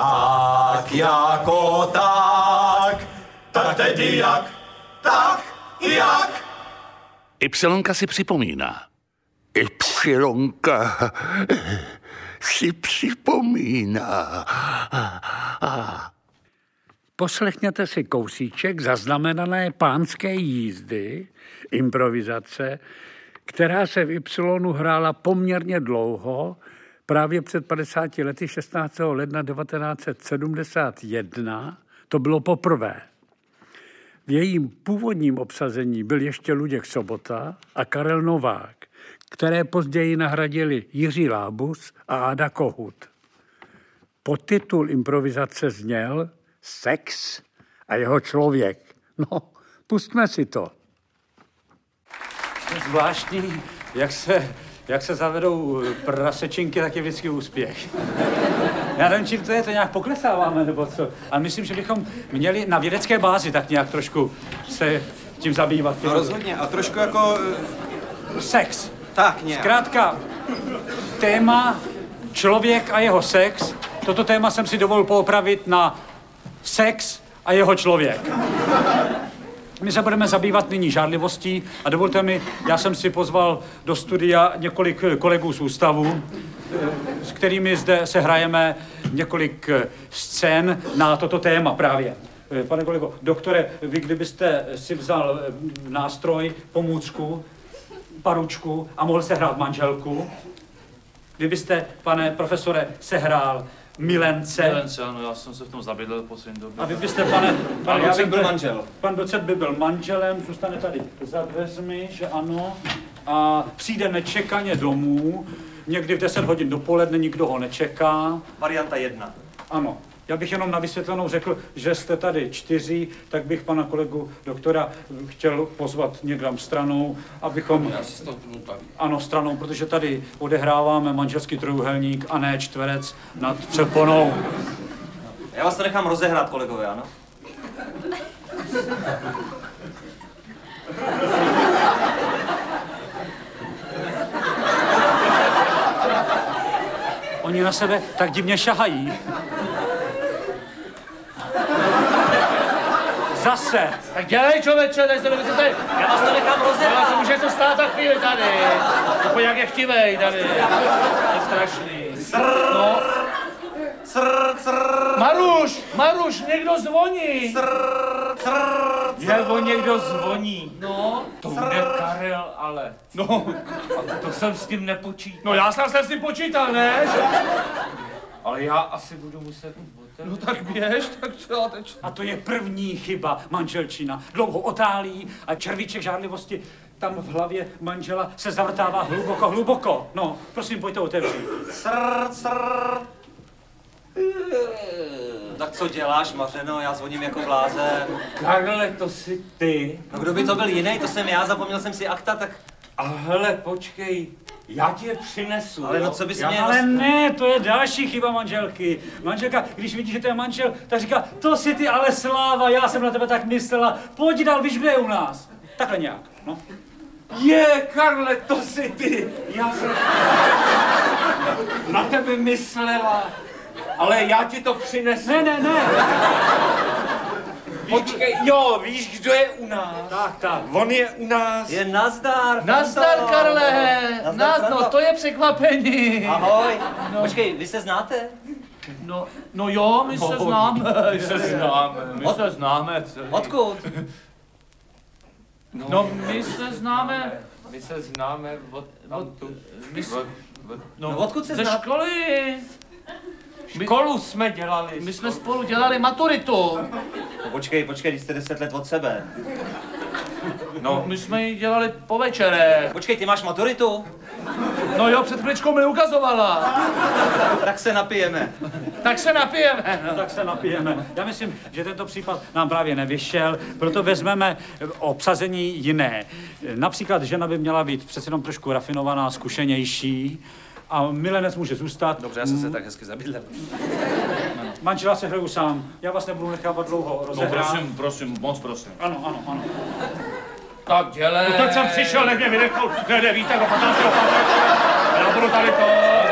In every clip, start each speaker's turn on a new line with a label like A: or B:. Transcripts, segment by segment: A: Tak jako tak, tak tedy jak, tak jak.
B: Ypsilonka si připomíná. Ypsilonka si připomíná.
C: Poslechněte si kousíček zaznamenané pánské jízdy, improvizace, která se v Y hrála poměrně dlouho, právě před 50 lety 16. ledna 1971. To bylo poprvé. V jejím původním obsazení byl ještě Luděk Sobota a Karel Novák, které později nahradili Jiří Lábus a Ada Kohut. Podtitul improvizace zněl Sex a jeho člověk. No, pustme si to.
D: To je Zvláštní, jak se, jak se zavedou eh, prasečinky, tak je vždycky úspěch. Já nevím, čím to je, to nějak poklesáváme, nebo co? A myslím, že bychom měli na vědecké bázi tak nějak trošku se tím zabývat.
E: No rozhodně, a trošku jako...
A: eh,
D: Sex.
E: Tak nějak.
D: Zkrátka, téma člověk a jeho sex. Toto téma jsem si dovolil poopravit na sex a jeho člověk. My se budeme zabývat nyní žádlivostí a dovolte mi, já jsem si pozval do studia několik eh, kolegů z ústavu, eh, s kterými zde se hrajeme několik eh, scén na toto téma právě. Eh, Pane kolego, doktore, vy kdybyste si vzal eh, nástroj, pomůcku, paručku a mohl se hrát manželku, kdybyste, pane profesore, sehrál milence,
F: Milence, ano, já jsem se v tom zabydlel po svým době.
D: a vy byste, pane,
E: Pan
D: pane já
E: docent
D: bych
E: byl
D: to-
E: manžel.
D: Pan docent by byl manželem, zůstane tady za dveřmi, že ano, a přijde nečekaně domů, někdy v 10 hodin dopoledne, nikdo ho nečeká,
A: Varianta jedna.
D: ano. Já bych jenom na vysvětlenou řekl, že jste tady čtyři, tak bych pana kolegu doktora chtěl pozvat někam stranou, abychom...
F: Já si stoupnu tam.
D: Ano, stranou, protože tady odehráváme manželský trojuhelník a ne čtverec nad přeponou.
A: Já vás to nechám rozehrát, kolegové, ano?
D: Oni na sebe tak divně šahají. Zase.
G: Tak dělej člověče, tady se dobře tady. Já vás to nechám rozdělat. Ale může to stát za chvíli tady. To pojď jak je chtivej tady. To je strašný. No.
A: Crr, crr,
G: Maruš, Maruš, někdo zvoní.
F: Jak on někdo zvoní.
G: No,
F: To bude Karel, ale.
G: no,
F: To jsem s tím nepočítal.
G: no já jsem se s tím počítal, ne?
F: Ale já asi budu muset
G: No tak běž, tak co já teď?
D: A to je první chyba manželčina. Dlouho otálí a červíček žádlivosti tam v hlavě manžela se zavrtává hluboko, hluboko. No, prosím, pojďte otevřít.
A: crr, crr. Eh, Tak co děláš, Mařeno? Já zvoním jako blázen.
F: Karle, to si ty.
A: No kdo by to byl jiný, to jsem já, zapomněl jsem si akta, tak...
F: A hele, počkej, já ti je přinesu.
A: Ale no
F: jo?
A: co bys
F: Já-
A: mě...
D: Ale ne, to je další chyba manželky. Manželka, když vidí, že to je manžel, tak říká, to si ty ale sláva, já jsem na tebe tak myslela. Pojď dál, víš, kde je u nás. Takhle nějak, no.
F: Je, Karle, to si ty. Já jsem na tebe myslela. Ale já ti to přinesu.
D: Ne, ne, ne.
F: Počkej, jo, víš, kdo je u nás?
D: Tak, tak.
F: On je u nás.
A: Je nazdar,
G: Nazdar,
A: Franta.
G: Karle. Nás,
A: Franta.
G: no to je překvapení.
A: Ahoj. Počkej, vy se znáte?
G: No, no jo, my se známe.
F: My se známe, my se známe. celý.
A: Odkud?
G: No, my se známe
F: My se známe od tamtu.
G: my s-
F: No, Od- od-
A: No, odkud se
G: ze
A: znáte?
G: školy.
F: Školu jsme dělali.
G: My jsme spolu dělali maturitu.
A: No, počkej, počkej, když jste 10 let od sebe.
F: No,
G: My jsme ji dělali po večerech.
A: Počkej, ty máš maturitu?
G: No jo, před chvíličkou mi ukazovala.
A: Tak se napijeme.
G: Tak se napijeme.
D: No, tak se napijeme. Já myslím, že tento případ nám právě nevyšel, proto vezmeme obsazení jiné. Například žena by měla být přece jenom trošku rafinovaná, zkušenější a milenec může zůstat.
F: dobře, já jsem se tak hezky zabydlel.
D: Manžela se hraju sám. Já vás nebudu nechávat dlouho
F: No
D: rozehrát.
F: prosím, prosím, moc prosím.
D: Ano, ano, ano.
G: Tak dělej. No tak jsem přišel, nech mě vynechal. Ne, ne, víte, no, do No, 15. Já budu tady to.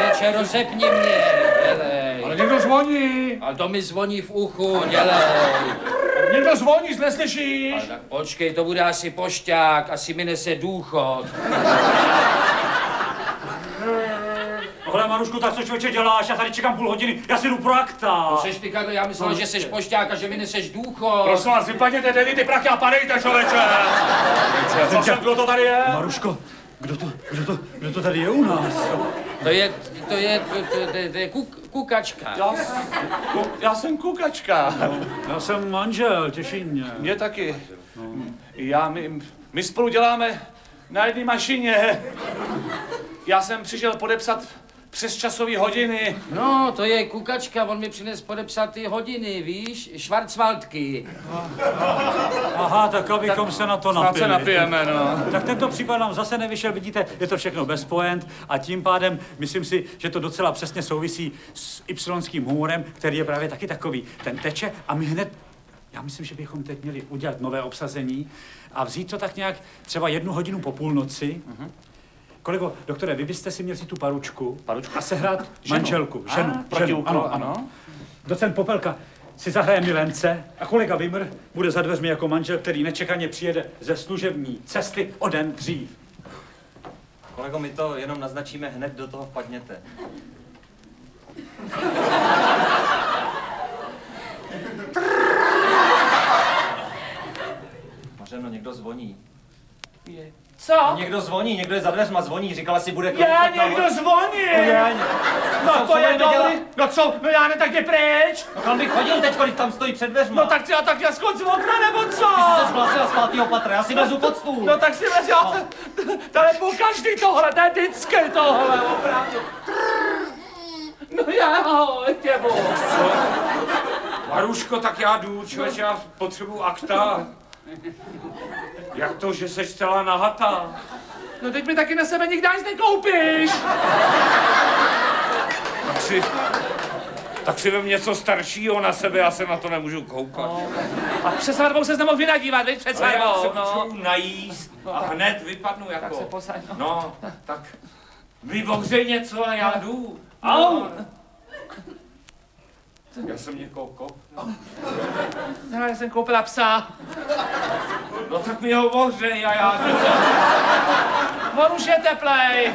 G: Večer rozepni mě. Dělej. Ale někdo zvolí.
F: zvoní.
G: A to mi zvoní v uchu, dělej.
F: Někdo zvoní, neslyšíš?
G: Tak počkej, to bude asi pošťák, asi mi nese důchod.
D: Hele, Marušku, tak co člověče děláš? Já tady čekám půl hodiny, já si jdu pro akta.
G: Seš ty, Karle, já myslel, že seš pošťák a že mi neseš důchod.
F: Prosím vás, vypadněte tedy ty prachy a padejte, člověče. Zase kdo to tady je?
D: Maruško, kdo to, kdo to, kdo to tady je u nás?
G: To je, to je, to, to, to, to je kuk, kukačka.
F: Já, s- ku- já jsem kukačka.
D: Já jsem manžel, těší mě.
F: Mě taky. No. Já, my, my spolu děláme na jedné mašině. Já jsem přišel podepsat přes časové hodiny.
G: No, to je kukačka, on mi přines podepsat ty hodiny, víš? Schwarzwaldky.
D: Aha, tak abychom se na to
F: Snad se
D: napili.
F: napijeme, no.
D: Tak tento případ nám zase nevyšel, vidíte, je to všechno bez point a tím pádem myslím si, že to docela přesně souvisí s ypsilonským humorem, který je právě taky takový. Ten teče a my hned já myslím, že bychom teď měli udělat nové obsazení a vzít to tak nějak třeba jednu hodinu po půlnoci. Kolego, doktore, vy byste si měl vzít tu paručku, paručku? a sehrát manželku, ženu.
F: Ah,
D: ženu,
F: protiúkol,
D: ano,
F: ano.
D: ano. Docent Popelka si zahraje Milence a kolega Vimr bude za dveřmi jako manžel, který nečekaně přijede ze služební cesty o den dřív.
A: Kolego, my to jenom naznačíme, hned do toho vpadněte. Mařeno, někdo zvoní.
F: Co?
A: Někdo zvoní, někdo je za dveřma zvoní, říkala si bude
F: Já
A: kroutit na
F: někdo
A: vod-
F: zvoní!
A: Co-
F: No
A: co
F: to je
A: budeme dělat?
F: dobrý. No co? No já ne, tak jdi pryč.
A: No kam bych chodil teď, kolik tam stojí před dveřma?
F: No tak si a tak já skoč z okna nebo co?
A: se zbláznila z pátého patra, já si vezu pod stůl.
F: No tak si vez, já... Tady po každý tohle, to je vždycky tohle, opravdu. No já, ahoj, těbo. Maruško, tak já jdu, člověče, já potřebuju akta. Jak to, že seš celá nahatá? No teď mi taky na sebe nikdy nic nekoupíš. Tak si, tak si vem něco staršího na sebe, já se na to nemůžu koukat. A přes harbou se nemohl vynadívat, veď přes harbou. Já se no. najíst a hned vypadnu jako. Tak se posaď, no. no. tak vybohřej něco a já jdu. Au! Já jsem někoho koupil.
G: Já jsem koupila psa.
F: No tak mi ho ohřej a já jdu.
G: On už je teplej.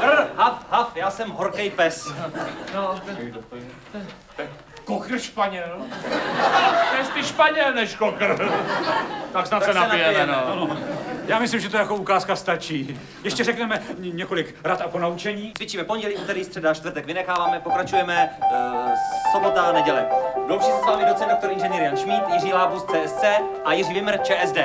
A: Brr, haf, haf, já jsem horkej pes.
F: Kokr španěl. To je spíš španěl než kokr.
G: Tak snad
A: se napijeme,
G: no.
D: Já myslím, že to jako ukázka stačí. Ještě řekneme ně- několik rad a ponaučení.
A: Cvičíme pondělí, úterý, středa, čtvrtek vynecháváme, pokračujeme eh, sobota a neděle. Loučí se s vámi docent doktor inženýr Jan Šmíd, Jiří Lábus CSC a Jiří Vimr ČSD.